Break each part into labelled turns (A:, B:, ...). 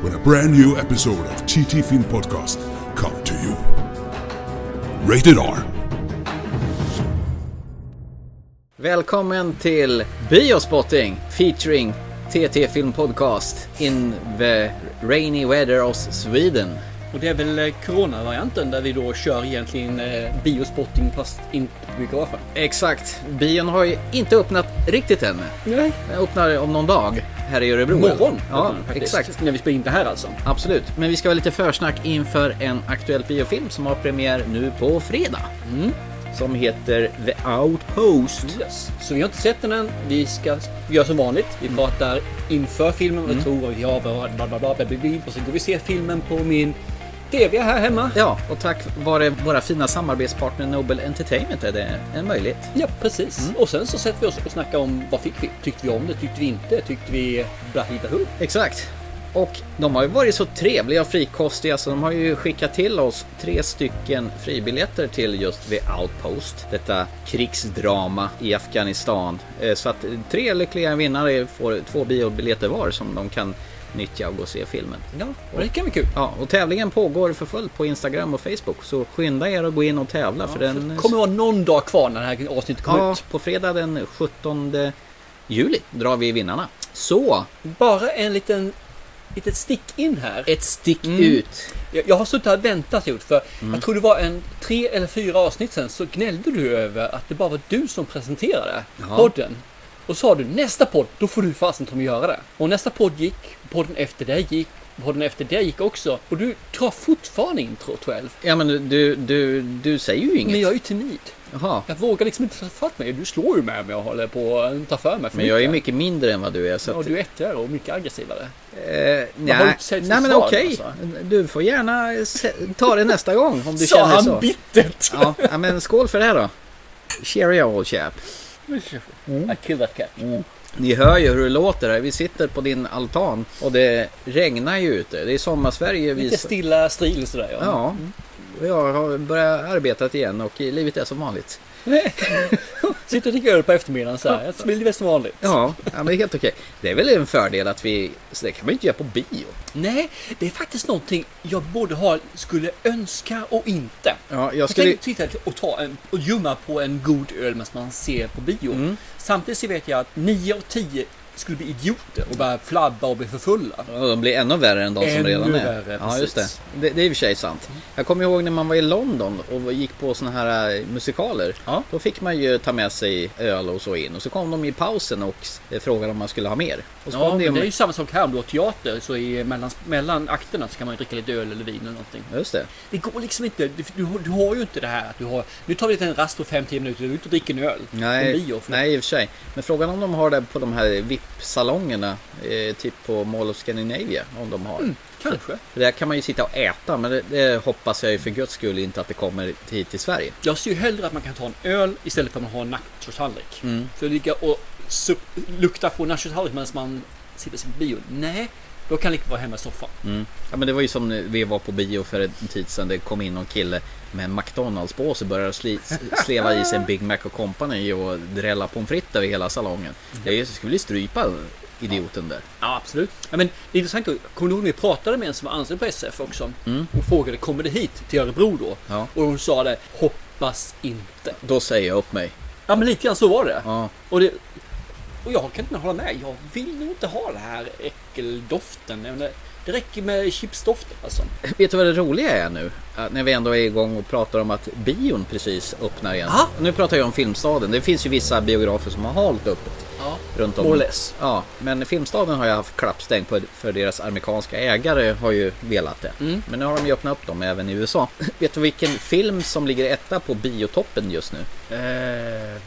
A: when a brand new episode of TT Film Podcast come to you. Rated R.
B: Välkommen till Biospotting featuring TT Film Podcast in the rainy weather of Sweden.
C: Och det är väl eh, coronavarianten där vi då kör egentligen eh, biospotting fast inte på biografen.
B: Exakt, bion har ju inte öppnat riktigt än.
C: Nej.
B: Den öppnar om någon dag här i Örebro.
C: Imorgon! Mm,
B: Ja,
C: faktiskt.
B: exakt.
C: När vi spelar in det här alltså.
B: Absolut. Men vi ska ha lite försnack inför en aktuell biofilm som har premiär nu på fredag.
C: Mm.
B: Som heter The Outpost.
C: Yes. Så vi har inte sett den än. Vi ska göra som vanligt. Vi
B: Mm.
C: pratar inför filmen vad vi tror, vad vi har, vad bla bla bla bla bla bla. Och så går vi och ser filmen på min TV här hemma.
B: Ja, och tack vare våra fina samarbetspartner Nobel Entertainment är det en möjlighet.
C: Ja, precis.
B: Mm.
C: Och sen så sätter vi oss och snackar om vad fick vi? Tyckte vi om det? Tyckte vi inte? Tyckte vi blahidahu?
B: Exakt. Och de har ju varit så trevliga och frikostiga så de har ju skickat till oss tre stycken fribiljetter till just The Outpost. Detta krigsdrama i Afghanistan. Eh, Så att tre lyckliga vinnare får två biobiljetter var som de kan nyttja och gå och se filmen.
C: Ja, och det kan bli kul.
B: Ja, och tävlingen pågår för fullt på Instagram och Facebook så skynda er att gå in och tävla för den...
C: Det kommer vara någon dag kvar när det här avsnittet kommer
B: ja,
C: ut.
B: på fredag den 17 juli drar vi vinnarna. Så,
C: Bara en liten litet stick in här.
B: ett stick
C: Mm.
B: ut!
C: Jag, jag har suttit här och väntat gjort för
B: Mm.
C: jag tror det var en tre eller fyra avsnitt sen så gnällde du över att det bara var du som presenterade
B: Ja.
C: podden. Och sa du nästa podd, då får du fasen ta mig göra det. Och nästa podd gick, podden efter det gick, podden efter det gick också. Och du tar fortfarande introt själv.
B: Ja men du, du, du säger ju inget.
C: Men jag är ju timid.
B: Jaha.
C: Jag vågar liksom inte ta fatt mig. Du slår ju med mig och håller på att ta för mig för
B: Men jag är
C: mycket.
B: mycket mindre än vad du är. Så att,
C: Ja, du är ettrigare och mycket aggressivare.
B: eh,
C: har du
B: nej,
C: inte
B: nej
C: sett för
B: men
C: svar,
B: okej.
C: alltså?
B: Du får gärna se- ta det nästa gång om du
C: Sa
B: känner
C: han
B: så.
C: bittert!
B: Ja, ja, men skål för det här då. Cheerio old chap.
C: Mm.
B: Mm.
C: I killed that cat.
B: Ni hör ju hur det låter här. Vi sitter på din altan och det regnar ju ute. Det är sommarsverige. Vi...
C: Lite stilla stril sådär ja.
B: Ja. Mm. Och Jag har börjat arbeta igen och livet är som vanligt.
C: Sitter och dricker öl på eftermiddagen så här. Jag blir det som vanligt.
B: Ja, ja men det är helt okej. Det är väl en fördel att vi... Så det kan man ju inte göra på bio.
C: Nej, det är faktiskt någonting jag både har, skulle önska och inte.
B: Ja, jag
C: Jag
B: skulle...
C: skulle sitta och, ta en, och ljumma på en god öl medan man ser på bio.
B: Mm.
C: Samtidigt så vet jag att 9 av 10 skulle bli idioter och börja flabba och bli för fulla.
B: Ja, de blir ännu värre än de som
C: Ännu
B: redan är.
C: värre,
B: ja, just det.
C: precis.
B: det. Det är i och för sig sant. Jag kommer ihåg när man var i London och gick på såna här eh, musikaler.
C: Ja.
B: Då fick man ju ta med sig öl och så in. Och så kom de i pausen och s- eh, frågade om man skulle ha mer. Och så kom
C: Ja, men det är
B: med...
C: ju samma sak här om du har teater så i, mellan, mellan akterna så kan man ju dricka lite öl eller vin eller någonting.
B: Just det.
C: Det går liksom inte. Du, du, du har ju inte det här att du har. Nu tar vi en rast på 5-10 minuter. Du är ute och dricker en öl.
B: Nej,
C: En bio. för-
B: nej, i och för sig. Men frågan om de har det på de här VIP-salongerna, eh, typ på Mall of Scandinavia, om de
C: Mm.
B: har.
C: Kanske.
B: För Där kan man ju sitta och äta, men det, det hoppas jag ju för guds skull inte att det kommer hit till Sverige.
C: Jag ser ju hellre att man kan ta en öl istället för att man har en nachotallrik. För att ligga och sup- lukta på nachotallrik medan man sitter i sin bio. Nej, då kan jag lika vara hemma i soffan.
B: Mm. Ja men det var ju som när vi var på bio för en tid sedan. Det kom in någon kille med en McDonalds-påse och började sli, sleva i sig en Big Mac och Company och drälla pommes frites över hela
C: Mm.
B: salongen. Jag skulle ju strypa idioten där.
C: Ja, absolut. Ja, men det är intressant. Kommer du ihåg när vi pratade med en som var anställd på SF också? Och frågade kommer det hit till Örebro då?
B: Ja.
C: Och hon sa det. Hoppas inte.
B: Då säger jag upp mig.
C: Ja, men lite grann så var det.
B: Ja,
C: Och, det, och jag kan inte hålla med. Jag vill nog inte ha den här äckeldoften. Jag menar, Det räcker med chipsdoften alltså.
B: Vet du vad det roliga är nu? Att När vi ändå är igång och pratar om att bion precis öppnar igen.
C: Ja.
B: Nu pratar jag om Filmstaden. Det finns ju vissa biografer som har hållit öppet
C: Ja.
B: runt om.
C: More or less.
B: Ja, men Filmstaden har ju haft klappstängt på- för deras amerikanska ägare har ju velat det.
C: Mm.
B: Men nu har de ju öppnat upp dem även i USA. Vet du vilken film som ligger etta på biotoppen just nu?
C: Eh.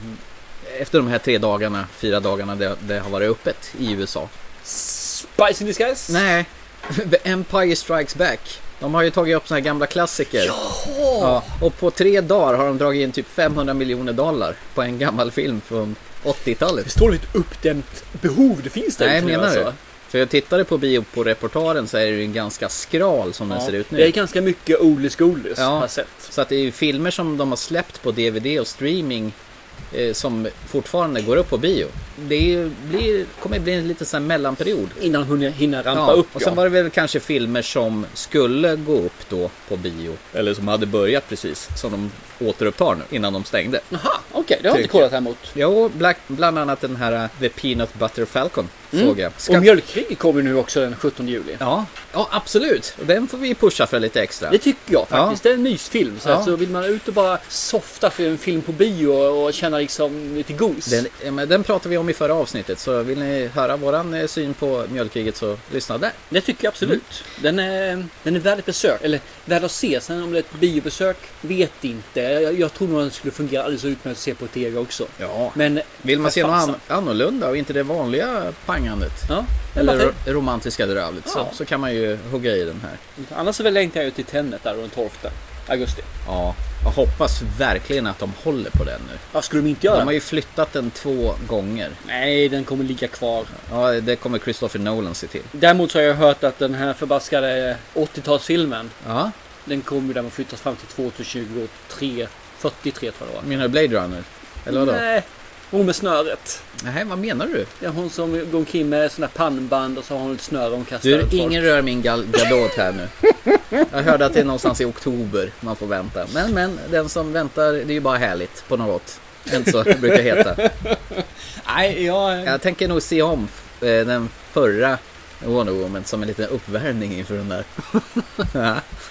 B: Efter de här tre dagarna, fyra dagarna det, det har varit öppet i USA.
C: Spice in disguise?
B: Nej, The Empire Strikes Back. De har ju tagit upp såna här gamla klassiker. Ja, och på tre dagar har de dragit in typ 500 miljoner dollar på en gammal film från 80-talet.
C: Förstår du vilket uppdämt behov det finns där
B: Nej, jag
C: ute nu,
B: menar
C: alltså?
B: du? För jag tittade på bio på reportaren så är det ju en ganska skral som den ser ut nu.
C: Det är ganska mycket oldies goldies
B: Ja.
C: har jag sett.
B: Så att det är ju filmer som de har släppt på DVD och streaming eh, som fortfarande går upp på bio. Det är ju, blir, kommer bli en liten sån här mellanperiod.
C: Innan hon hinner rampa
B: Ja,
C: upp.
B: och sen
C: ja.
B: var det väl kanske filmer som skulle gå upp då på bio. Eller som hade börjat precis, som de återupptar nu innan de stängde.
C: Jaha, okej, det har jag inte
B: Tycker jag.
C: kollat emot.
B: Jo, bla- bland annat den här eh, The Peanut Butter Falcon
C: Mm.
B: såg jag. Ska-
C: Och mjölkkrig kommer nu också den 17 juli.
B: ja, ja, absolut. Och Den får vi pusha för lite extra.
C: Det tycker jag faktiskt. Det är en mysfilm. Så,
B: Ja.
C: att, så vill man ut och bara softa för en film på bio och, och känna liksom lite gos.
B: Den, ja, men den pratade vi om i förra avsnittet, så vill ni höra våran eh, syn på mjölkkriget så lyssna där.
C: Det tycker jag absolut.
B: Mm.
C: Den, är, den är värd ett besök. Eller värd att se. Sen om det är ett biobesök, vet inte. Jag, jag tror nog den skulle fungera alldeles utmärkt att se på TV också.
B: Ja.
C: Men
B: Vill man
C: för
B: se något
C: fasen.
B: an- annorlunda och inte det vanliga pangandet,
C: Ja,
B: eller
C: eller
B: ro- romantiska drövlet, så,
C: Ja.
B: så kan man ju hugga i den här.
C: Annars så väl längtar jag ju till Tenet där den 12 augusti.
B: Ja, jag hoppas verkligen att de håller på den nu.
C: Ja, skulle de inte göra
B: De har
C: det?
B: ju flyttat den två gånger.
C: Nej, den kommer ligga kvar.
B: Ja, det kommer Christopher Nolan se till.
C: Däremot så har jag hört att den här förbaskade 80-talsfilmen,
B: Ja,
C: den kommer där man flyttas fram till 2023, 43 tror jag det var.
B: menar du Blade Runner? Eller vadå? Nej.
C: Nej, hon med snöret.
B: vad menar du?
C: Det är hon som går omkring med sådana här pannband och så har hon ett snöre hon kastar
B: Du,
C: ut folk.
B: ingen rör min gal- gadot här nu. Jag hörde att det är någonstans i oktober man får vänta. Men, men, den som väntar, det är ju bara härligt på något. Det är inte så det brukar heta.
C: Nej, jag...
B: Jag tänker nog se om eh, den förra Wonder Woman som en liten uppvärmning inför den där.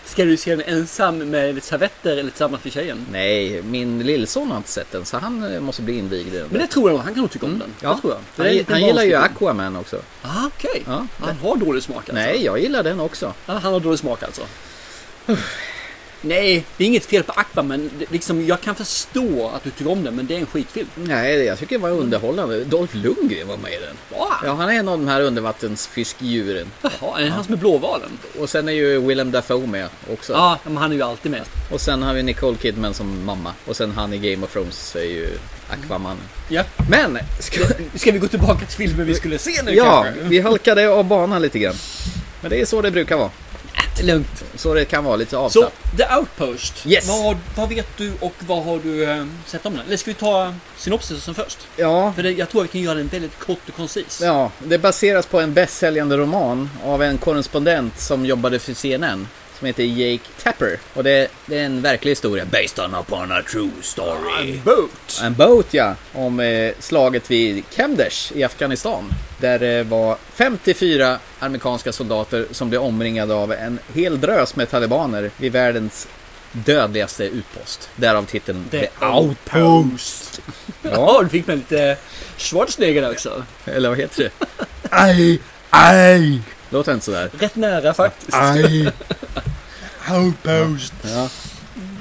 C: Ska du se den ensam med servetter eller tillsammans med tjejen?
B: Nej, min lillson har inte sett den så han eh, måste bli invigd i den.
C: Men det tror jag nog. Han kan nog tycka om den.
B: Mm. Ja,
C: Det tror jag.
B: Han, gi- han gillar ju Aquaman också.
C: Ah, okej.
B: Ja,
C: Han har dålig smak alltså.
B: Nej, jag gillar den också.
C: Ja, han har dålig smak alltså. Nej, det är inget fel på Aquaman. men det- Liksom, jag kan förstå att du tycker om den, men det är en skitfilm.
B: Nej, jag tycker det var underhållande. Dolph Lundgren var med i den.
C: Wow.
B: Ja, han är en av de här undervattensfiskdjuren.
C: Jaha, är det han som är Blåvalen?
B: Och sen är ju Willem Dafoe med också.
C: Ja, men han är ju alltid med.
B: Och sen har vi Nicole Kidman som mamma. Och sen han i Game of Thrones är ju Aquaman.
C: Ja.
B: Men! Ska...
C: Ska vi gå tillbaka till filmen vi skulle se nu
B: Ja,
C: kanske?
B: vi halkade av banan lite grann. Men det är så det brukar vara.
C: Det är lugnt.
B: Så det kan vara, lite
C: Så,
B: avslappnat.
C: The Outpost.
B: Yes.
C: Vad, vad vet du och vad har du eh, sett om den? Eller ska vi ta ehm, synopsisen först?
B: Ja,
C: För det, jag tror vi kan göra den väldigt kort och koncis.
B: Ja, det baseras på en bästsäljande roman av en korrespondent som jobbade för CNN. Som heter Jake Tapper. Och det, det är en verklig historia. Based on upon a true story.
C: Boat.
B: En boat ja, om eh, slaget vid Kemdesh i Afghanistan. Där det var 54 amerikanska soldater som blev omringade av en hel drös med talibaner vid världens dödligaste utpost. Därav titeln The, Out.
C: Outpost.
B: Ja,
C: Ja, du fick med lite eh, Schwarzenegger där också.
B: eller vad heter det?
A: I, I,
B: Låter inte sådär.
C: Rätt nära faktiskt.
A: I, outpost.
B: Ja.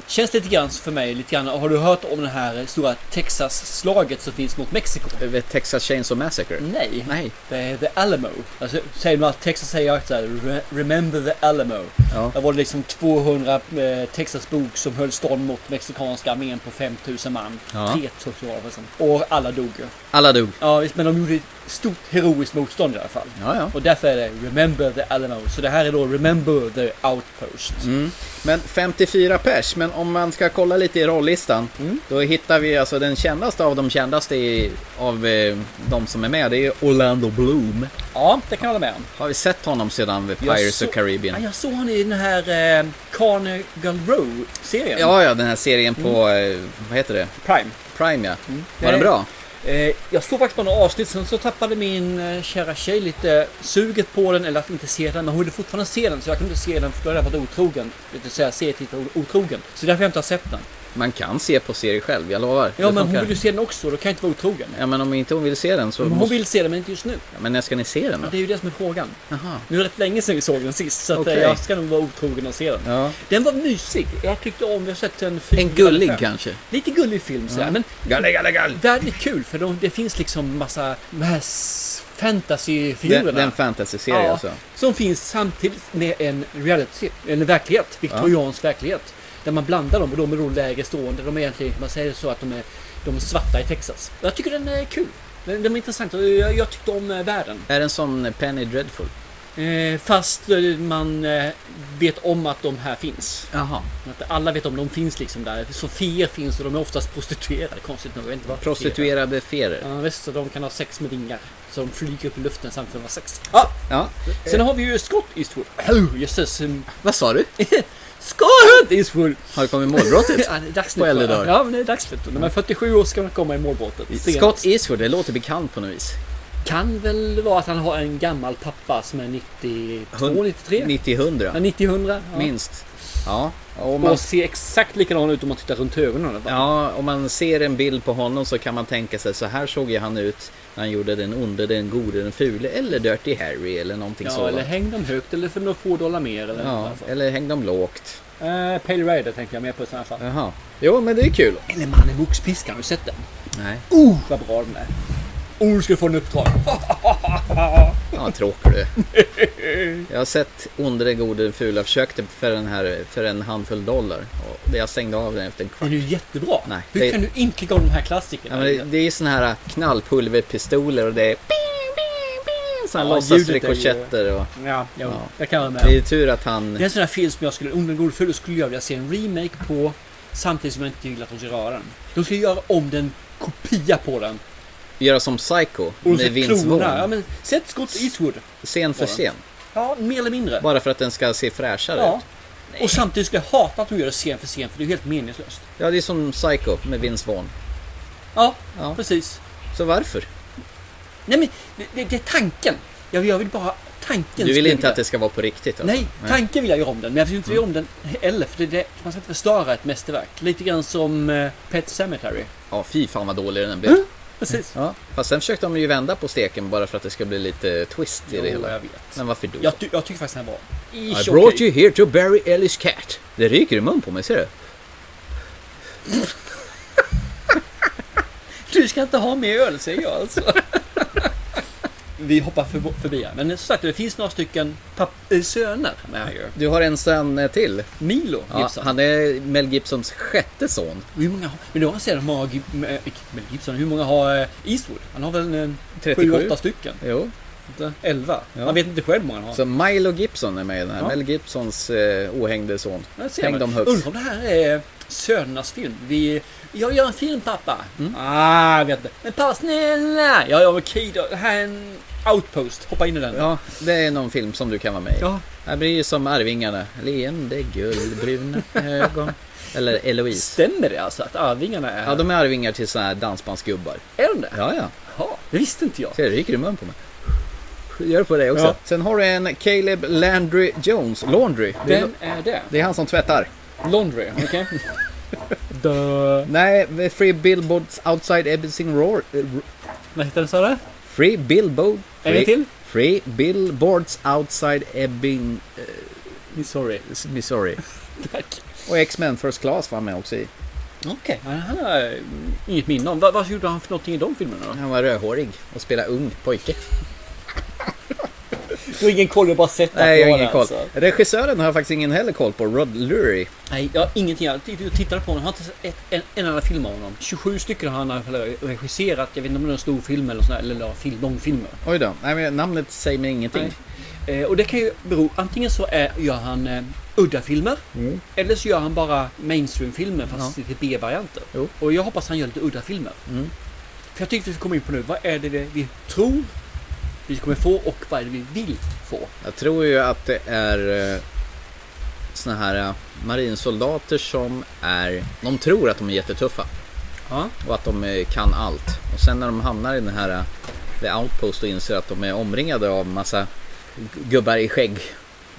C: Känns lite grann för mig lite grann. Har du hört om det här eh, stora Texas-slaget som finns mot Mexiko?
B: Vet Texas Chainsaw Massacre?
C: Nej.
B: Nej.
C: Det är The Alamo. Alltså, säger man att Texas säger alltid så här, "Re- Remember the Alamo.
B: Ja.
C: Där var det liksom 200 eh, Texasbok som höll stånd mot mexikanska armén på 5000 man.
B: Ja.
C: 3000 år sedan. Och alla dog ju.
B: Alla dog.
C: Ja, visst, men de gjorde ett stort heroiskt motstånd i alla fall.
B: Ja, ja.
C: Och därför är det Remember the Alamo. Så det här är då Remember the Outpost.
B: Mm. Men 54 pers, men om man ska kolla lite i rollistan.
C: Mm.
B: Då hittar vi alltså den kändaste av de kändaste i, av eh, de som är med. Det är ju Orlando Bloom.
C: Ja, det kan jag hålla med om.
B: Har vi sett honom sedan vid
C: Jag
B: Pirates
C: så-
B: of Caribbean?
C: Ja, jag såg honom i den här eh, Carnegie Row-serien.
B: Ja, ja, den här serien på, eh, vad heter det?
C: Prime.
B: Prime ja. Var
C: Mm. Nej.
B: den bra?
C: Eh, jag såg faktiskt på några avsnitt, sen så tappade min eh, kära tjej lite suget på den, eller att inte se den, men hon ville fortfarande se den, så jag kunde inte se den för då hade jag varit otrogen. Det vill säga serietittare otrogen. Så därför har jag inte har sett den.
B: Man kan se på serier själv, jag lovar.
C: Ja,
B: Det
C: men hon
B: funkar.
C: vill ju se den också, då kan jag inte vara otrogen.
B: Ja, men om inte hon vill se den så...
C: Men hon
B: måste...
C: vill se den, men inte just nu.
B: Ja, Men när ska ni se den då?
C: Det är ju det som är frågan.
B: Jaha.
C: Nu är det rätt länge sedan vi såg den sist, så att, eh,
B: Okej.
C: jag ska nog vara otrogen och se den.
B: Ja.
C: Den var mysig. Jag tyckte om, jag har sett en fyra
B: En
C: eller
B: gullig
C: fem.
B: kanske?
C: Lite gullig film sådär, men
B: Galle, galle, galle.
C: väldigt kul för de, det finns liksom massa de här s- fantasyfigurerna.
B: Den, den fantasy-serie
C: Ja,
B: alltså.
C: Som finns samtidigt med en reality, en verklighet, viktoriansk verklighet. Där man blandar dem och de är då lägre stående. De är egentligen, man säger så att de är de är svarta i Texas. Jag tycker den är kul. Den, den är intressant och jag, jag tyckte om eh, världen.
B: Är den som Penny Dreadful?
C: Eh, fast eh, man eh, vet om att de här finns.
B: Jaha.
C: Att alla vet om de finns liksom där. Sofier finns och de är oftast prostituerade konstigt nog. Jag vet inte varför.
B: Prostituerade ferer.
C: Ja visst, så de kan ha sex med vingar. Så de flyger upp i luften samtidigt som de har sex. Ja, eh.
B: Ja.
C: sen har vi ju Scott Eastwood. Oh, jösses. mm.
B: Vad sa du?
C: Scott Eastwood!
B: Har du kommit i målbrottet?
C: Ja, det är dags
B: På
C: nu.
B: äldre dagar.
C: Ja, men det är dags nu. När man är 47 år ska man komma i E- målbrottet. Senast.
B: Scott Eastwood, det låter bekant på något vis.
C: kan väl vara att han har en gammal pappa som är 92,
B: Hund-
C: 93?
B: 90-100.
C: 90, 100. Ja.
B: Minst. Ja. Om man,
C: Och ser exakt likadan ut om man tittar runt ögonen. Ja.
B: ja, om man ser en bild på honom så kan man tänka sig så här såg ju han ut när han gjorde den onde, den gode, den fule eller Dirty Harry eller någonting
C: Ja,
B: sådant.
C: eller häng alltså. dem högt eller för några få dollar mer. Eller
B: ja,
C: något sånt.
B: eller häng dem lågt.
C: Eh, Pale Rider tänker jag mer på i sådana fall.
B: Jaha. Jo, men det är kul.
C: Eller Mannen med oxpiskan, har du sett den?
B: Nej.
C: Oh, vad bra den är. Oh, du ska få en uppdrag.
B: Ja, tråkig du. Jag har sett Onde, den gode, den fula. Försökte för, den här, för en handfull dollar. Och jag stängde av den efter en kvart.
C: Den är ju jättebra.
B: Nej,
C: Hur
B: det-
C: kan du inte klicka om de här
B: Ja,
C: klassikerna?
B: men det, det är ju såna här knallpulverpistoler och det är ping, ping, ping, såna här
C: Ja, ljudet är ju-
B: låtsasrikoschetter. Och...
C: ja, jo,
B: Ja.
C: jag kan vara
B: Det är
C: med.
B: ju tur att
C: Det är
B: han...
C: en sån här film som jag skulle, om den går full, skulle jag vilja se en remake på. Samtidigt som jag inte gillar att de ska röra den. De ska göra om den, kopia på den.
B: Göra som Psycho
C: Och de
B: med
C: ska
B: Vince
C: klona. Ja,
B: Vaughn.
C: men sätt Scott Eastwood.
B: Scen för
C: Bara.
B: scen.
C: Ja, mer eller mindre.
B: Bara för att den ska se fräschare
C: Ja.
B: ut.
C: Och samtidigt skulle jag hata att de gör det scen för scen, för det är ju helt meningslöst.
B: Ja, det är som Psycho med Vince Vaughn.
C: Ja,
B: Ja.
C: precis.
B: Så varför?
C: Nej men, det, det, det är tanken. Jag, jag vill bara... Tanken
B: Du vill
C: skulle
B: inte
C: jag-
B: att det ska vara på riktigt? Alltså.
C: Nej, tanken vill jag göra om den, men jag vill inte göra om den heller, för det, är det, man ska inte förstöra ett mästerverk. Lite grann som eh, Pet Sematary.
B: Ja, fy fan vad dålig den blev.
C: Precis.
B: Ja. Fast sen försökte de ju vända på steken bara för att det ska bli lite twist i det hela.
C: jag vet.
B: Men varför då?
C: Jag, ty- jag tycker faktiskt den är bra. Ish,
B: I brought
C: okej.
B: you here to bury Ellie's cat. Det ryker i mun på mig, ser du?
C: Du ska inte ha mer öl, säger jag alltså. Vi hoppar förbo- förbi här, men som sagt, det finns några stycken papp- eh, söner med här ju.
B: Du har en son eh, till.
C: Milo
B: Ja,
C: Gibson.
B: han är Mel Gibsons sjätte son.
C: Hur många har... Men då har han hur många har Gib- med- eh, med Gibson, hur många har eh, Eastwood? Han har väl en
B: 37.
C: 7-8 stycken?
B: Jo.
C: Inte? 11?
B: Ja.
C: Man vet inte själv hur många han har.
B: Så Milo Gibson är med i den här.
C: Ja.
B: Mel Gibsons eh, ohängde son.
C: Där ser
B: Häng
C: man.
B: dem
C: Undrar
B: högt.
C: om det här är sönernas film. Vi, jag gör en film pappa. Ah, jag vet inte. Men pappa snälla. Ja, ja okej då. Det här är en outpost. Hoppa in i den.
B: Ja, det är någon film som du kan vara med i.
C: Ja.
B: Det blir ju som Arvingarna. Leende guldbruna ögon. Eller Eloise.
C: Stämmer det alltså att Arvingarna är...
B: Ja, de är arvingar till såna här dansbandsgubbar.
C: Är de det?
B: Ja, ja.
C: Jaha, det visste inte jag.
B: Ser du, det ryker i mun på mig. Gör det på dig också.
C: Ja.
B: Sen har du en Caleb Landry Jones. Laundry. Det är,
C: Vem är det?
B: det är han som tvättar.
C: Laundry, okej.
B: Nej, Free Billboards Outside Ebbing Roar. eh, Ro-
C: Vad heter den sa du?
B: Free Billboard.
C: En gång till?
B: Free Billboards Outside Ebbing,
C: Sorry.
B: Missouri.
C: Tack.
B: Och X-Men First Class var med också i.
C: Okej. Okay. Han har jag inget minne om. Vad, vad gjorde han för någonting i de filmerna då?
B: Han var rödhårig och spelade ung pojke.
C: Du har ingen koll, du har bara sett
B: Nej, jag har ingen koll.
C: alltså?
B: Regissören har jag faktiskt ingen heller koll på. Rod Lurie.
C: Nej, jag har ingenting. Jag titt- jag tittade på honom. Jag har inte sett ett, en, en enda film av honom. 27 stycken har han i alla fall regisserat. Jag vet inte om det är en stor film eller sån här, eller några film, långfilmer.
B: Oj då. Nej, men namnet säger mig ingenting.
C: Eh, och det kan ju bero, antingen så är, gör han eh, udda filmer
B: Mm.
C: eller så gör han bara mainstream-filmer fast lite B-varianter.
B: Jo.
C: Och jag hoppas han gör lite udda filmer.
B: Mm.
C: För jag tyckte vi kommer in på nu, vad är det vi tror vi kommer få och vad är det vi vill få?
B: Jag tror ju att det är eh, såna här eh, marinsoldater som är... De tror att de är jättetuffa
C: Ja.
B: och att de eh, kan allt. Och sen när de hamnar i den här eh, The Outpost och inser att de är omringade av massa gu- gubbar i skägg.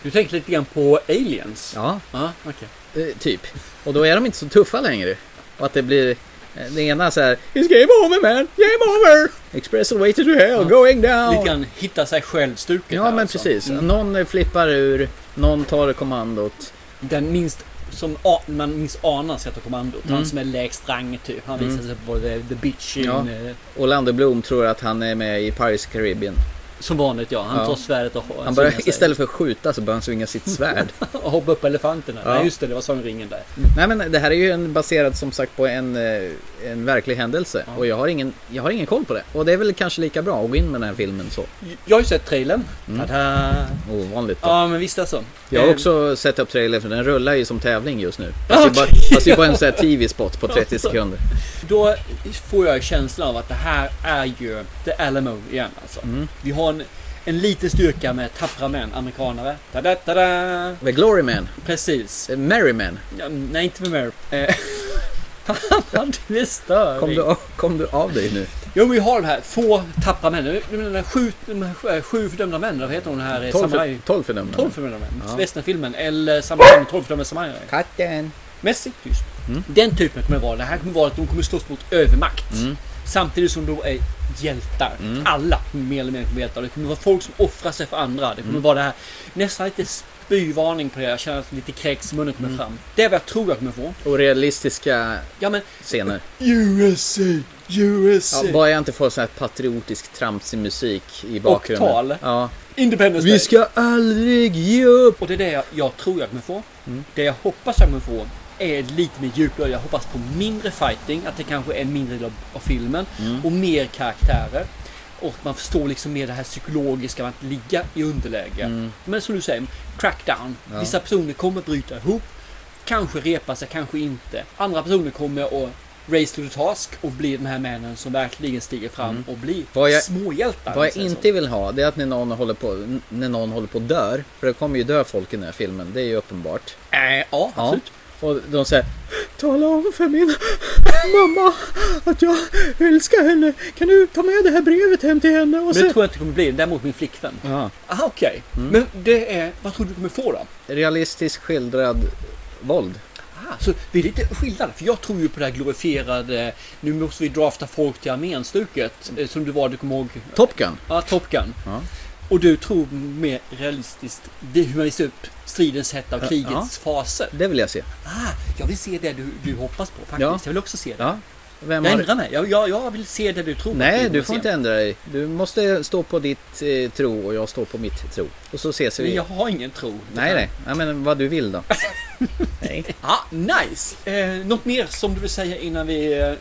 C: Du tänker lite grann på aliens?
B: Ja,
C: Ja, okej.
B: eh, typ. Och då är de inte så tuffa längre. Och att det blir... eh, Det ena så här It's game over man! Game over! Express way to hell, going down!
C: Lite grann hitta sig själv-stuket.
B: Ja
C: här
B: men
C: alltså.
B: precis. Någon eh, flippar ur, någon tar kommandot.
C: Den minst som a- man missanar sätter kommandot.
B: Mm.
C: Han som är lägst rang typ. Han visar sig vara the, the bitch in,
B: Ja.
C: eh,
B: Orlando Bloom tror att han är med i Pirates of Caribbean.
C: Som vanligt ja. Han
B: Ja.
C: tar svärdet och ho-
B: Han
C: svingar
B: börjar,
C: sig.
B: istället för att skjuta så börjar han svinga sitt svärd.
C: och hoppa upp på elefanterna.
B: Ja.
C: Nej just det, det var sångringen där.
B: Nej men det här är ju en, baserad som sagt på en, eh, en verklig händelse.
C: Ja.
B: Och jag har, ingen, jag har ingen koll på det. Och det är väl kanske lika bra att gå in med den här filmen så.
C: Jag har ju sett trailern.
B: Mm.
C: Tada.
B: Ovanligt då.
C: Ja men visst alltså.
B: Jag har
C: Eh,
B: också sett upp trailern för den rullar ju som tävling just nu. Fast det är bara-
C: Okej.
B: fast det är bara en sån här TV-spot på 30
C: Alltså.
B: sekunder.
C: Då får jag känslan av att det här är ju The Alamo igen alltså.
B: Mm.
C: Vi har en, en liten styrka med tappra män, amerikanare. Tada, tada.
B: The Glory Man,
C: Precis.
B: The Merry Man.
C: Ja, nej, inte med mer. Eh, Fan, du är störig.
B: Kom du, av- kom du av dig nu?
C: Jo, vi har de här få tappra männen. De här sju, de här sju- eh, sju fördömda män, vad heter hon här?
B: 12
C: Samurai?
B: för, 12 för nummer.
C: 12 fördömda män.
B: Ja.
C: Westernfilmen. Eller Samurai, 12 fördömda samurajer.
B: Katten.
C: Mässigt tyst.
B: Mm.
C: Den typen kommer det vara. Det här kommer vara att de kommer slåss mot övermakt.
B: Mm.
C: Samtidigt som de är hjältar.
B: Mm.
C: Alla mer eller mindre kommer vara hjältar. Det kommer vara folk som offrar sig för andra. Det kommer
B: Mm.
C: vara det här nästan lite spyvarning på det. Jag känner att lite kräks i munnen
B: Mm.
C: kommer fram. Det är vad jag tror jag kommer få.
B: Och realistiska
C: Ja men
B: scener.
C: USA, USA.
B: Ja, bara jag inte får sån här patriotisk tramsig musik i bakgrunden.
C: tal.
B: Ja.
C: Independence Day.
B: Vi ska aldrig ge upp!
C: Och det är det jag, jag tror jag kommer få.
B: Mm.
C: Det jag hoppas jag kommer få är lite mer djuplöd. Jag hoppas på mindre fighting, att det kanske är en mindre del av, av filmen.
B: Mm.
C: Och mer karaktärer. Och man förstår liksom mer det här psykologiska med att ligga i underläge. Men som du säger, crackdown.
B: Mm. Ja.
C: Vissa personer kommer bryta ihop. Kanske repa sig, kanske inte. Andra personer kommer att race to the task och bli den här männen som verkligen stiger fram och blir
B: Mm. Vad jag-
C: småhjältar. om
B: Vad
C: man
B: jag
C: säger så.
B: inte vill ha, det är att när någon håller på, n- när någon håller på och dör, för det kommer ju dö folk i den här filmen, det är ju uppenbart.
C: Äh, ja,
B: Ja.
C: absolut.
B: Och de säger Tala om för min mamma att jag älskar henne. Kan du ta med det här brevet hem till henne? Och
C: Men det tror jag inte kommer bli. Däremot min flickvän. Mm.
B: ja.
C: Aha, okej. Men det är... Vad tror du kommer få då?
B: Realistiskt skildrad våld.
C: Aha, Ah. så vi är lite skillnade. För jag tror ju på det här glorifierade... Nu måste vi drafta folk till armén-stuket. eh, Som du var, du kommer ihåg.
B: Top Gun.
C: Ja, Top Gun.
B: Ja.
C: Och du tror mer realistiskt det- hur man visar upp stridens hetta och krigets
B: ja.
C: faser.
B: Det vill jag se.
C: Ah, jag vill se det du, du hoppas på faktiskt.
B: Ja.
C: Jag vill också se det.
B: Ja. Vem
C: Jag
B: har...
C: ändrar mig. Jag, jag, jag vill se det du tror. att
B: Nej, du
C: kommer
B: får
C: se.
B: inte ändra dig. Du måste stå på ditt eh, tro och jag står på mitt tro. Och så ses
C: Men
B: vi.
C: jag har ingen tro.
B: Nej, nej. Ja, men vad du vill då. nej.
C: Ah, nice! Eh, något mer som du vill säga innan vi eh,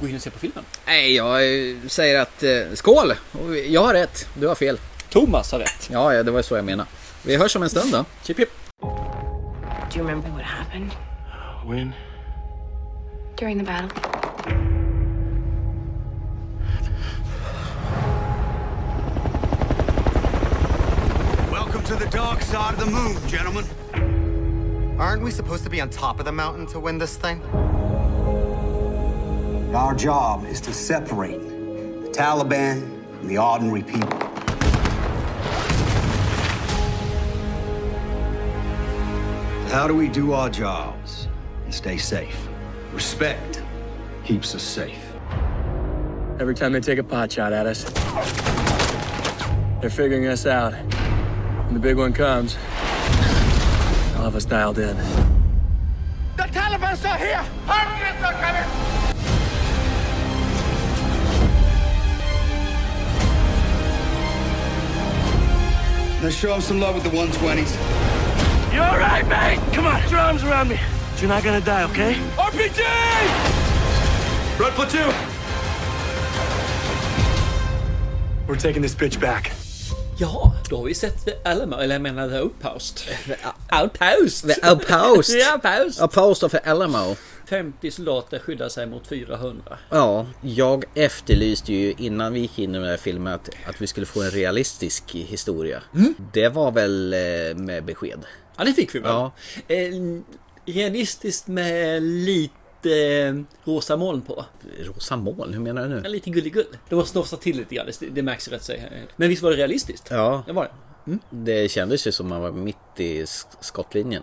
C: går in och ser på filmen?
B: Nej, jag eh, säger att eh, skål! Och Jag har rätt, du har fel.
C: Thomas har rätt.
B: Ja, ja, det var så jag menade. Vi hörs om en stund då.
C: Chip, chip.
D: Do you remember what happened
E: When?
D: during the battle?
F: Welcome to the dark side of the moon, gentlemen.
G: Aren't we supposed to be on top of the mountain to win this thing?
F: Our job is to separate the Taliban from the ordinary people. How do we do our jobs and stay safe? Respect keeps us safe.
H: Every time they take a pot shot at us, they're figuring us out. When the big one comes, they'll have us dialed in.
I: The Taliban's are here! Hundreds are coming!
F: Now show them some love with the 120s.
I: You alright, mate? Come on, your arms around me. You're not gonna die, okay? RPG! Red platoon!
H: We're taking this bitch back.
C: Ja, då har vi sett The Alamo, eller jag menar The Outpost. Outpost!
B: The Outpost.
C: The Outpost!
B: Apostle för Alamo.
C: 50 soldater skyddar sig mot 400.
B: Ja, jag efterlyste ju innan vi gick in i den här filmen att, att vi skulle få en realistisk historia. Det var väl eh, med besked.
C: Ja, det fick vi väl?
B: Ja.
C: Eh, realistiskt med lite eh, rosa moln på.
B: Rosa moln, hur menar du
C: Ja,
B: nu?
C: Lite gulligull. Det var snofsat till lite grann, det- det märks ju rätt sig. Men visst var det realistiskt?
B: Ja.
C: Det var det.
B: Det kändes ju som man var mitt i sk- skottlinjen.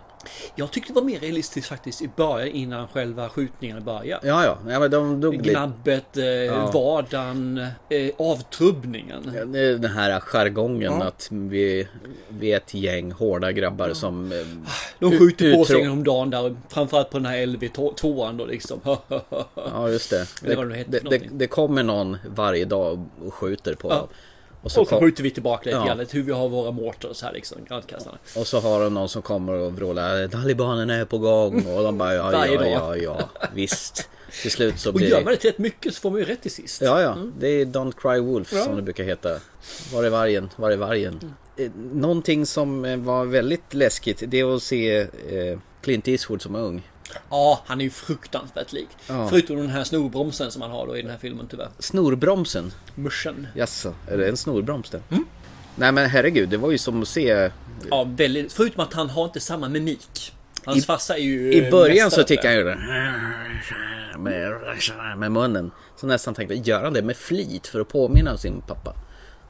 C: Jag tyckte det var mer realistiskt faktiskt i början innan själva skjutningen började.
B: Ja, ja, ja men de dog lite.
C: Gnabbet, eh, vardagen, eh, avtrubbningen.
B: Ja, det är Eh, Den här jargongen att vi, vi är ett gäng hårda grabbar som... eh,
C: De skjuter på sig
B: utrå-
C: en om dagen där, framförallt på den här LV2an då liksom.
B: Ja, just det.
C: Eller vad det nu heter
B: det,
C: för
B: det,
C: någonting.
B: det kommer någon varje dag och skjuter på dem. Och så,
C: Och så
B: kom,
C: skjuter vi tillbaka lite
B: Ja.
C: grann, hur vi har våra mortars här liksom, granatkastarna.
B: och så har de någon som kommer och vrålar "Eh, Talibanerna är på gång och de bara ja,
C: Varje
B: ja, ja,
C: dag.
B: ja, visst. Till slut så
C: Och
B: blir
C: gör
B: det...
C: man det till rätt mycket så får man ju rätt till sist.
B: Ja, ja. Det är Don't Cry Wolf som det brukar heta. Var är vargen? Var är
C: Mm.
B: vargen? Eh, Någonting som eh, var väldigt läskigt, det är att se eh, Clint Eastwood som är ung.
C: Ja, han är ju fruktansvärt lik.
B: Ja.
C: Förutom den här snorbromsen som han har då i den här filmen tyvärr.
B: Snorbromsen.
C: Muschen.
B: Jaså, är det en snorbroms det?
C: Mm.
B: Nej men herregud, det var ju som att se...
C: Ja, väldigt. Förutom att han har inte samma mimik. Hans farsa är ju...
B: I
C: eh,
B: början
C: mästare
B: så
C: på
B: tycker
C: det.
B: jag ju det. Med, med munnen. Så nästan tänkte jag, gör han det med flit för att påminna om sin pappa?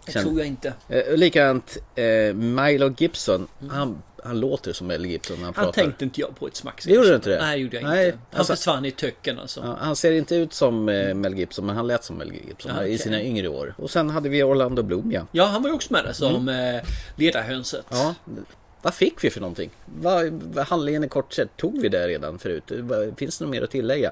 C: Det
B: Känn-
C: tror jag inte.
B: Eh, och Likadant eh, Milo Gibson. Han, han låter som Mel Gibson när han,
C: Mm. Han
B: pratar.
C: tänkte inte jag på ett smack. ska
B: Det gjorde
C: jag
B: du inte
C: erkänna.
B: det?
C: Nej, det gjorde jag
B: Nej,
C: inte. Han
B: alltså-
C: försvann i töcken alltså.
B: Ja, han ser inte ut som eh, Mel Gibson, men han lät som Mel Gibson
C: Ja,
B: i
C: okej.
B: sina yngre år. Och sen hade vi Orlando Bloom, ja.
C: Ja, han var ju också med där som eh, ledarhönset.
B: Mm. ja. Vad fick vi för någonting? Vad, vad handlingen i kort sett, tog vi det redan förut? Vad- Finns det något mer att tillägga?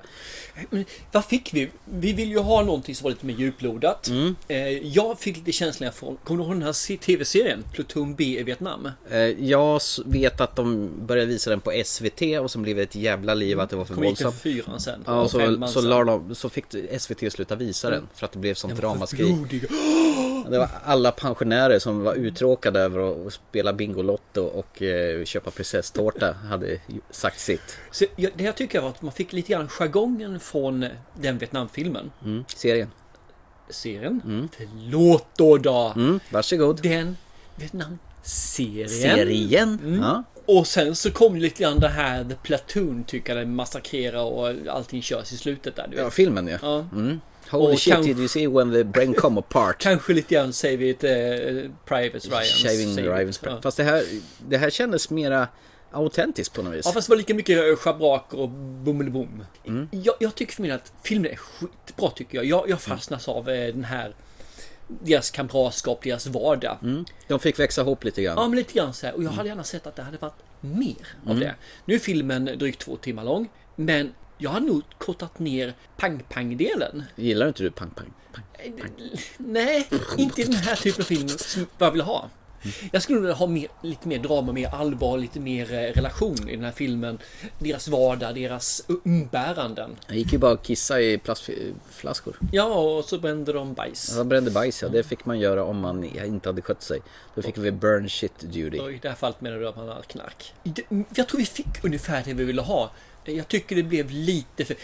C: Men vad fick vi? Vi vill ju ha någonting som var lite mer djuplodat.
B: Mm.
C: Eh, jag fick lite känslan från, kommer du ihåg den här se- tv-serien? Pluton B i Vietnam?
B: Eh, Jag s- vet att de började visa den på SVT och som blev det ett jävla liv att det var för
C: Kom gick till
B: våldsamt.
C: fyran sen.
B: Ja, och så,
C: femman
B: så,
C: sen.
B: la de, så fick SVT sluta visa den för att det blev sånt ramaskri.
C: Blodig.
B: Det var alla pensionärer som var uttråkade över att spela Bingolotto och eh, köpa prinsesstårta hade ju sagt sitt.
C: Så jag, det jag tycker var att man fick lite grann jargongen från den Vietnamfilmen.
B: Mm. Serien.
C: Serien. Förlåt då då.
B: Mm. Varsågod.
C: Den Vietnam-serien.
B: Serien.
C: Mm.
B: Ja.
C: Och sen så kom ju lite grann det här The Platoon tycker jag, massakrera och allting körs i slutet där. Du vet.
B: ja, filmen ju.
C: Ja.
B: Mm. Holy
C: Och
B: shit,
C: kan-
B: did you see when the brain come apart?
C: Kanske lite grann säger vi ett eh, Private Ryan.
B: Shaving
C: säger vi.
B: Rivens
C: ja.
B: Fast det här, det här kändes mera autentiskt på något vis.
C: ja fast det var lika mycket eh, schabraker och bummelibom.
B: Mm.
C: Jag, jag tycker för min del att filmen är skitbra tycker jag. Jag, jag fastnas av eh, den här deras kamratskap, deras vardag.
B: De fick växa ihop lite grann.
C: Ja men lite grann så här. Och jag hade gärna sett att det hade varit mer av det. Nu är filmen drygt två timmar lång. Men jag hade nog kortat ner pang-pang-delen.
B: Gillar inte du Pang Pang? pang.
C: Nej, inte i den här typen av film som jag vill ha. Jag skulle vilja ha mer, lite mer drama, mer allvar, lite mer eh, relation i den här filmen. Deras vardag, deras umbäranden.
B: Jag gick ju bara och kissa i plastflaskor.
C: Ja, och så brände de bajs.
B: Han brände bajs ja, det fick man göra om man inte hade skött sig. Då fick vi burn shit duty.
C: Och i det här fallet menar du att man har knark. Det- Jag tror vi fick ungefär det vi ville ha. Jag tycker det blev lite för...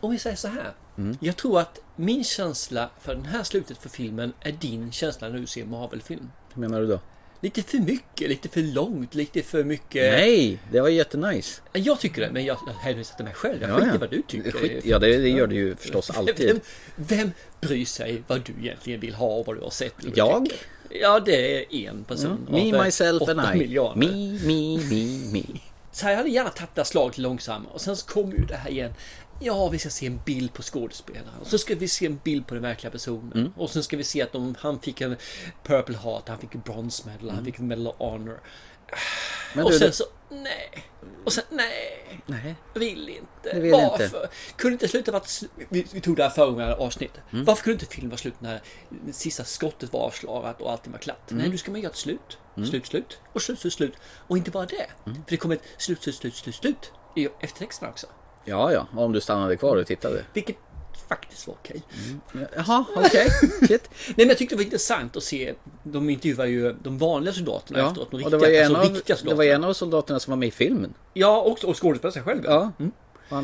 C: Om vi säger så här.
B: Mm.
C: Jag tror att min känsla för den här slutet för filmen är din känsla när du ser en Marvel-film.
B: Hur menar du
C: Eh.
B: då?
C: Lite för mycket, lite för långt, lite för mycket...
B: Nej, det var jättenice.
C: Jag tycker det, men jag jag hänvisar till mig själv. Jag
B: Ja,
C: skiter
B: ja.
C: vad du tycker.
B: Skit, ja, det, det gör du ju förstås
C: Vem,
B: alltid.
C: vem bryr sig vad du egentligen vill ha och vad du har sett? eller vad du
B: Jag? Mm.
C: tycker? Ja, det är en person.
B: Me,
C: av eh,
B: myself
C: åtta
B: and I.
C: Miljarder.
B: Me, me, me, me.
C: Så här, jag hade gärna tagit det här slaget långsammare och sen så kommer ju det här igen. Ja, vi ska se en bild på skådespelaren och så ska vi se en bild på den verkliga personen och sen ska vi se att de, han fick en Purple Heart, han fick en Bronze Medal, han fick en Medal of Honor.
B: Men
C: och
B: du,
C: sen
B: det-
C: så, nej. Och sen, nej.
B: Nej.
C: Vill inte.
B: Du vill
C: Varför?
B: inte.
C: Kunde inte sluta vara... Vi, vi tog det här förra avsnittet.
B: Mm.
C: Varför kunde inte filmen vara slut när sista skottet var avslaget och allting var klart?
B: Mm.
C: Nej, nu ska man göra ett slut. Slut, slut. Och slut, slut, slut. Och inte bara det.
B: Mm.
C: För det kommer ett slut, slut, slut, slut, slut i eftertexterna också.
B: Ja, ja, om du stannade kvar och tittade.
C: Vilket faktiskt var okej.
B: Mm. Jaha, okej. Shit.
C: Nej, men jag tyckte det var intressant att se. De intervjuar ju de vanliga soldaterna
B: Ja.
C: efteråt. De
B: Och
C: riktiga,
B: det var, ju en
C: alltså,
B: av,
C: riktiga
B: det
C: soldaterna.
B: var ju en av soldaterna som var med i filmen.
C: Ja, och, och skådespelaren själv.
B: Ja. Man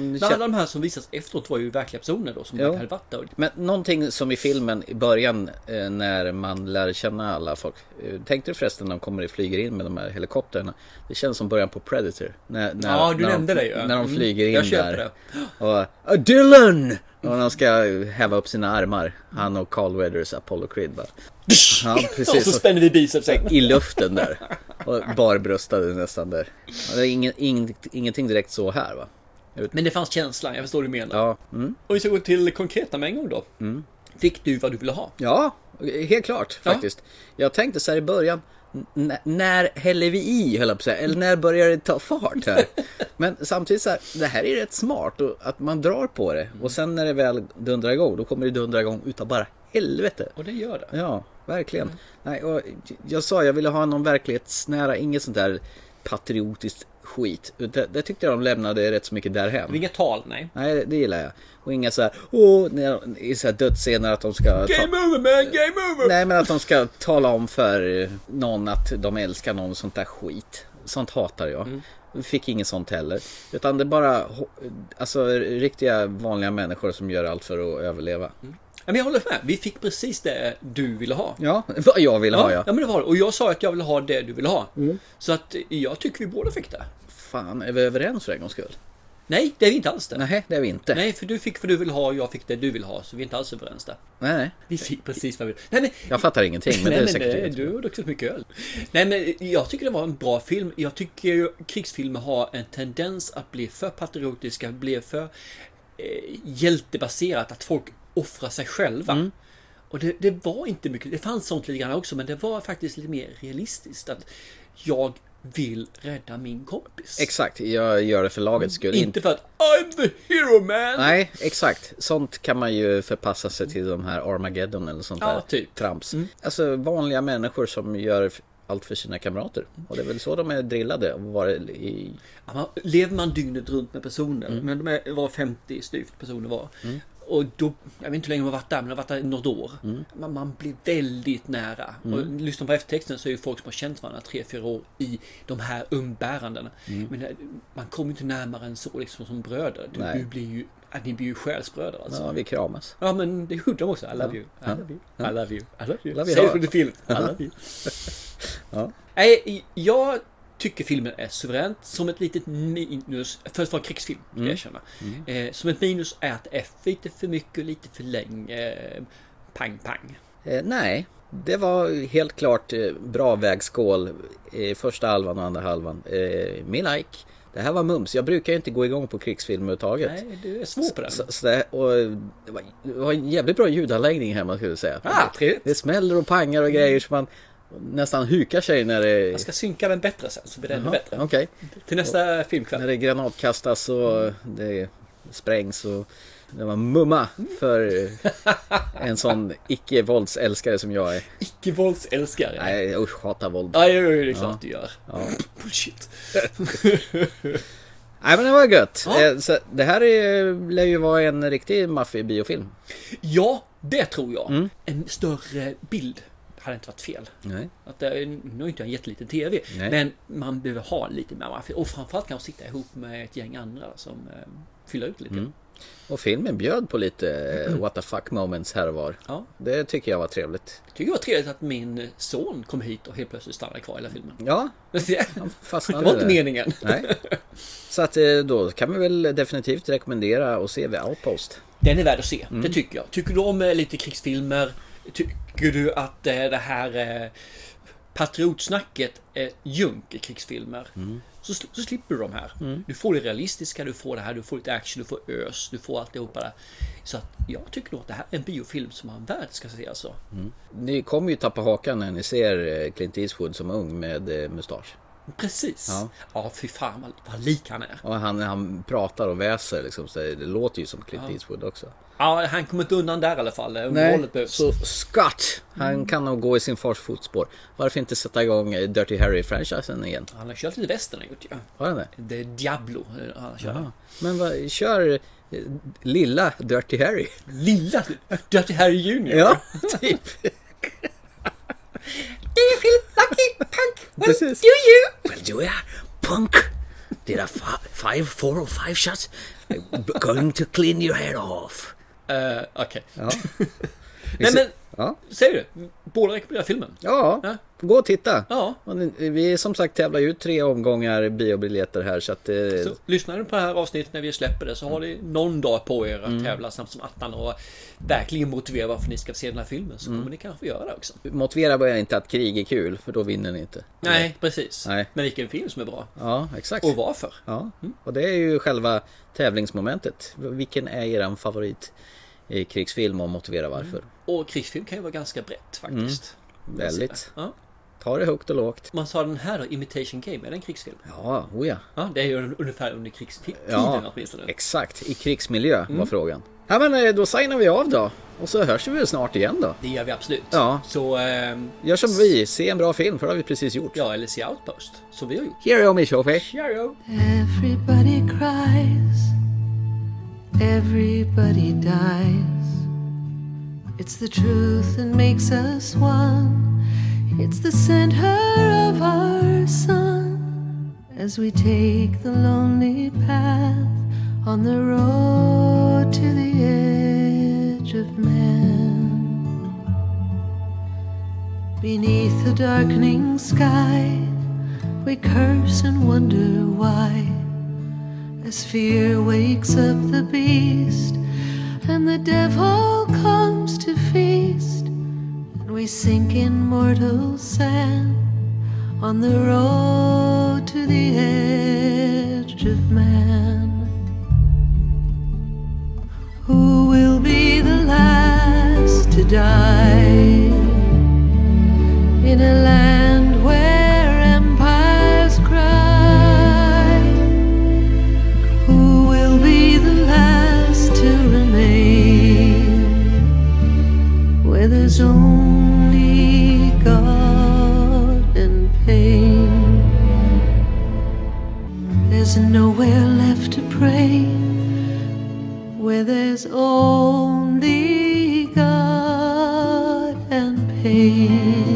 C: Mm. Men
B: känner-
C: alla de här som visas efteråt var ju verkliga personer då som
B: Ja.
C: verkligen hade varit där.
B: Men någonting som i filmen i början eh, när man lär känna alla folk. Eh, Tänkte du förresten när de kommer och flyger in med de här helikopterna? Det känns som början på Predator. När, när,
C: Ja, du
B: när
C: nämnde
B: de,
C: det ju.
B: När de
C: Mm,
B: flyger in
C: jag köper
B: där. Och "Ah, Dylan! Och de ska häva upp sina armar. Han och Carl Weathers Apollo Creed bara. Ja,
C: Och
B: precis.
C: så spänner vi bicepsen.
B: i luften där. Och barbröstade nästan där. Ja, Det är ingen, ingen, ingenting direkt så här va?
C: Men det fanns känslan, jag förstår vad du menar.
B: Ja, mm.
C: Och vi ska gå till konkreta med en gång då. Fick du vad du ville ha?
B: Ja, helt klart
C: Ja.
B: faktiskt. Jag tänkte så här i början, n- när häller vi i, höll jag på att säga, eller när börjar det ta fart här? Men samtidigt så här, det här är rätt smart, och att man drar på det. Och sen när det väl dundrar igång, då kommer det dundra igång utav bara helvete.
C: Och det gör det.
B: Ja, verkligen. Nej, och jag sa, jag ville ha någon verklighetsnära, inget sånt där patriotiskt skit. Det, det tyckte jag de lämnade rätt så mycket därhän.
C: Inget tal, nej.
B: Nej, det gillar jag. Och inga så här, åh, när- i så här dödsscener att de ska... ta-
C: Game over man, game over!
B: Nej men att de ska tala om för eh, någon att de älskar någon sånt där skit. Sånt hatar jag. Fick inget sånt heller. Utan det är bara ho- alltså, riktiga vanliga människor som gör allt för att överleva.
C: Ja, Men jag håller med, vi fick precis det du ville ha.
B: Ja, vad jag Mm. ville ha
C: ja.
B: ja.
C: men det var det. Och jag sa att jag ville ha det du ville ha. Så att eh, jag tycker vi båda fick det.
B: Fan, är vi överens för en gångs skull?
C: Nej, det är vi inte alls det.
B: Nej, det är vi inte.
C: Nej, för du fick vad du vill ha och jag fick det du vill ha. Så vi är inte alls överens där.
B: nej. nej.
C: Vi fick precis vad vi ville ha. Nej, men
B: Jag fattar ingenting, men
C: Nej,
B: det är
C: men
B: säkert typ
C: det,
B: inget.
C: du har druckit mycket öl. Nej, men eh, jag tycker det var en bra film. Jag tycker ju krigsfilmer har en tendens att bli för patriotiska, bli för eh, hjältebaserat, att folk offrar sig själva.
B: Mm.
C: Och det, det var inte mycket, det fanns sånt lite grann också, men det var faktiskt lite mer realistiskt att jag vill rädda min kompis.
B: Exakt, jag gör det för lagets skull.
C: inte för att I'm the hero man!
B: Nej, exakt. Sånt kan man ju förpassa sig till de här Armageddon eller sånt
C: Ja,
B: där
C: typ.
B: trams. Alltså vanliga människor som gör f- allt för sina kamrater. Och det är väl så de är drillade. att vara I...
C: Ja, man, lever man dygnet runt med personer, men de är, var 50 styvt personer var. Och då, jag vet inte hur länge man har varit där, men jag har varit där i något år. Man, man blir väldigt nära. Och lyssnar på eftertexten så är ju folk som har känt varandra 3-4 år i de här umbärandena. Men eh, man kommer inte närmare än så liksom som bröder. Du,
B: Nej.
C: du blir ju, att ni blir ju själsbröder alltså.
B: Ja, vi kramas.
C: Ja men det gjorde de också. I love you. I love you. I love you. I love you.
B: Love you
C: Säg det
B: hard.
C: under film. I love you.
B: Ja.
C: Nej, jag tycker filmen är suveränt. Som ett litet minus, för att vara en krigsfilm, ska jag erkänna. Eh, som ett minus är att det är lite för mycket och lite för länge. eh, Pang, pang.
B: Eh, nej, det var helt klart eh, bra vägskål i första halvan och andra halvan. Eh, min like. Det här var mums. Jag brukar ju inte gå igång på krigsfilm överhuvudtaget.
C: Nej, du är svår på den.
B: Så, så det, och det var- det var en jävligt bra ljudanläggning hemma skulle jag säga.
C: Ah, trevligt.
B: det smäller och pangar och grejer så man nästan hukar sig när det...
C: Jag ska synka den bättre sen, så blir den ännu bättre.
B: Okej.
C: Till nästa
B: När
C: filmkväll.
B: det granatkastas och det sprängs och det var mumma för en sån icke-våldsälskare som jag är.
C: Icke-våldsälskare. Nej,
B: Nej, usch, hatar våld.
C: Aj, aj, aj, det är klart du gör.
B: Ja.
C: Bullshit.
B: Nej, men det var gött.
C: Ja.
B: Eh, Så det här är, lär ju vara en riktig maffibiofilm.
C: Ja, det tror jag.
B: Mm.
C: En större bild hade inte varit fel.
B: Nej.
C: Att det är, nu är inte jag en jätteliten TV,
B: Mm. Nej.
C: men man behöver ha lite mer maffi. Och framförallt kanske sitta ihop med ett gäng andra som eh, fyller ut lite.
B: Mm. Och filmen bjöd på lite eh, what the fuck moments här och var.
C: Ja.
B: Det tycker jag var trevligt.
C: Jag tycker det var trevligt att min son kom hit och helt plötsligt stannade kvar i hela filmen.
B: Mm. Ja,
C: Det
B: fastnade
C: var inte
B: där.
C: meningen.
B: Nej. Så att eh, då kan vi väl definitivt rekommendera att se The Outpost.
C: Den är värd att se,
B: Mm.
C: det tycker jag. Tycker du om eh, lite krigsfilmer? Tycker du att eh, det här eh, patriotsnacket är junk i krigsfilmer?
B: Mm.
C: Så, sl- så slipper du de här. Du får det realistiska, du får det här, du får lite action, du får ös, du får alltihopa där. Så att jag tycker nog att det här är en biofilm som man värd ska se alltså.
B: Mm. Ni kommer ju tappa hakan när ni ser eh, Clint Eastwood som ung med eh, mustasch.
C: Precis. Ja,
B: Ja.
C: fy fan vad, vad lik han är.
B: Och han, han pratar och väser liksom, så det låter ju som Clint Eastwood också.
C: Ja, han kommer inte undan där i alla fall. eh, Underhållet behövs.
B: Så Scott, han kan nog gå i sin fars fotspår. Varför inte sätta igång eh, Dirty Harry-franchisen igen?
C: Han har kört lite västern har gjort ju.
B: Har han det?
C: Det är Diablo eh, han kör.
B: Ja. Men vad, kör eh, lilla Dirty Harry.
C: Lilla Dirty Harry Junior.
B: Ja, typ.
C: Do you feel lucky, punk?
B: Precis.
C: you?
B: Well, do you, punk? Did I fi- five, four or five shots? I'm going to clean your hair off.
C: Eh, Okej.
B: Ja.
C: Nej men,
B: Ja.
C: säger du? Båda rekommenderar filmen?
B: Ja,
C: Ja.
B: gå och titta.
C: Ja.
B: Och ni- Vi som sagt tävlar ju ut tre omgångar biobiljetter här så att eh,
C: Så lyssnar ni på det här avsnittet när vi släpper det så har ni någon dag på er att
B: Mm.
C: tävla snabbt som attan och verkligen motivera varför ni ska se den här filmen
B: Mm.
C: så kommer ni kanske göra det också.
B: motivera bara inte att krig är kul för då vinner ni inte.
C: Nej, precis.
B: Nej. Alltså.
C: Men vilken film som är bra.
B: Ja, exakt.
C: Och varför.
B: Ja, och det är ju själva tävlingsmomentet. Vilken är eran favorit i krigsfilm och motivera varför?
C: Och krigsfilm kan ju vara ganska brett faktiskt.
B: Mm. Väldigt.
C: Ja.
B: Ta det högt och lågt.
C: Man sa den här då, Imitation Game, är det en krigsfilm?
B: Ja, oh ja.
C: Ja, det är ju ungefär under krigstiden
B: Ja,
C: åtminstone.
B: exakt. I krigsmiljö var frågan. Ja, men eh, då signar vi av då. Och så hörs vi väl snart igen då.
C: Det gör vi absolut.
B: Ja.
C: Så, ehm,
B: Gör som vi, se en bra film, för det har vi precis gjort.
C: ja, eller se Outpost, som vi har gjort.
B: Cheerio, Mishofi!
C: Cheerio!
E: Everybody cries, everybody dies. It's the truth that makes us one. It's the center of our sun as we take the lonely path on the road to the edge of man. Beneath the darkening sky, we curse and wonder why. As fear wakes up the beast, and the devil comes to feast, and we sink in mortal sand on the road to the edge of man. Who will be the last to die? in a land where empires cry. Who will be the last to remain? Where there's only God and pain. There's nowhere left to pray. Where there's only God and pain.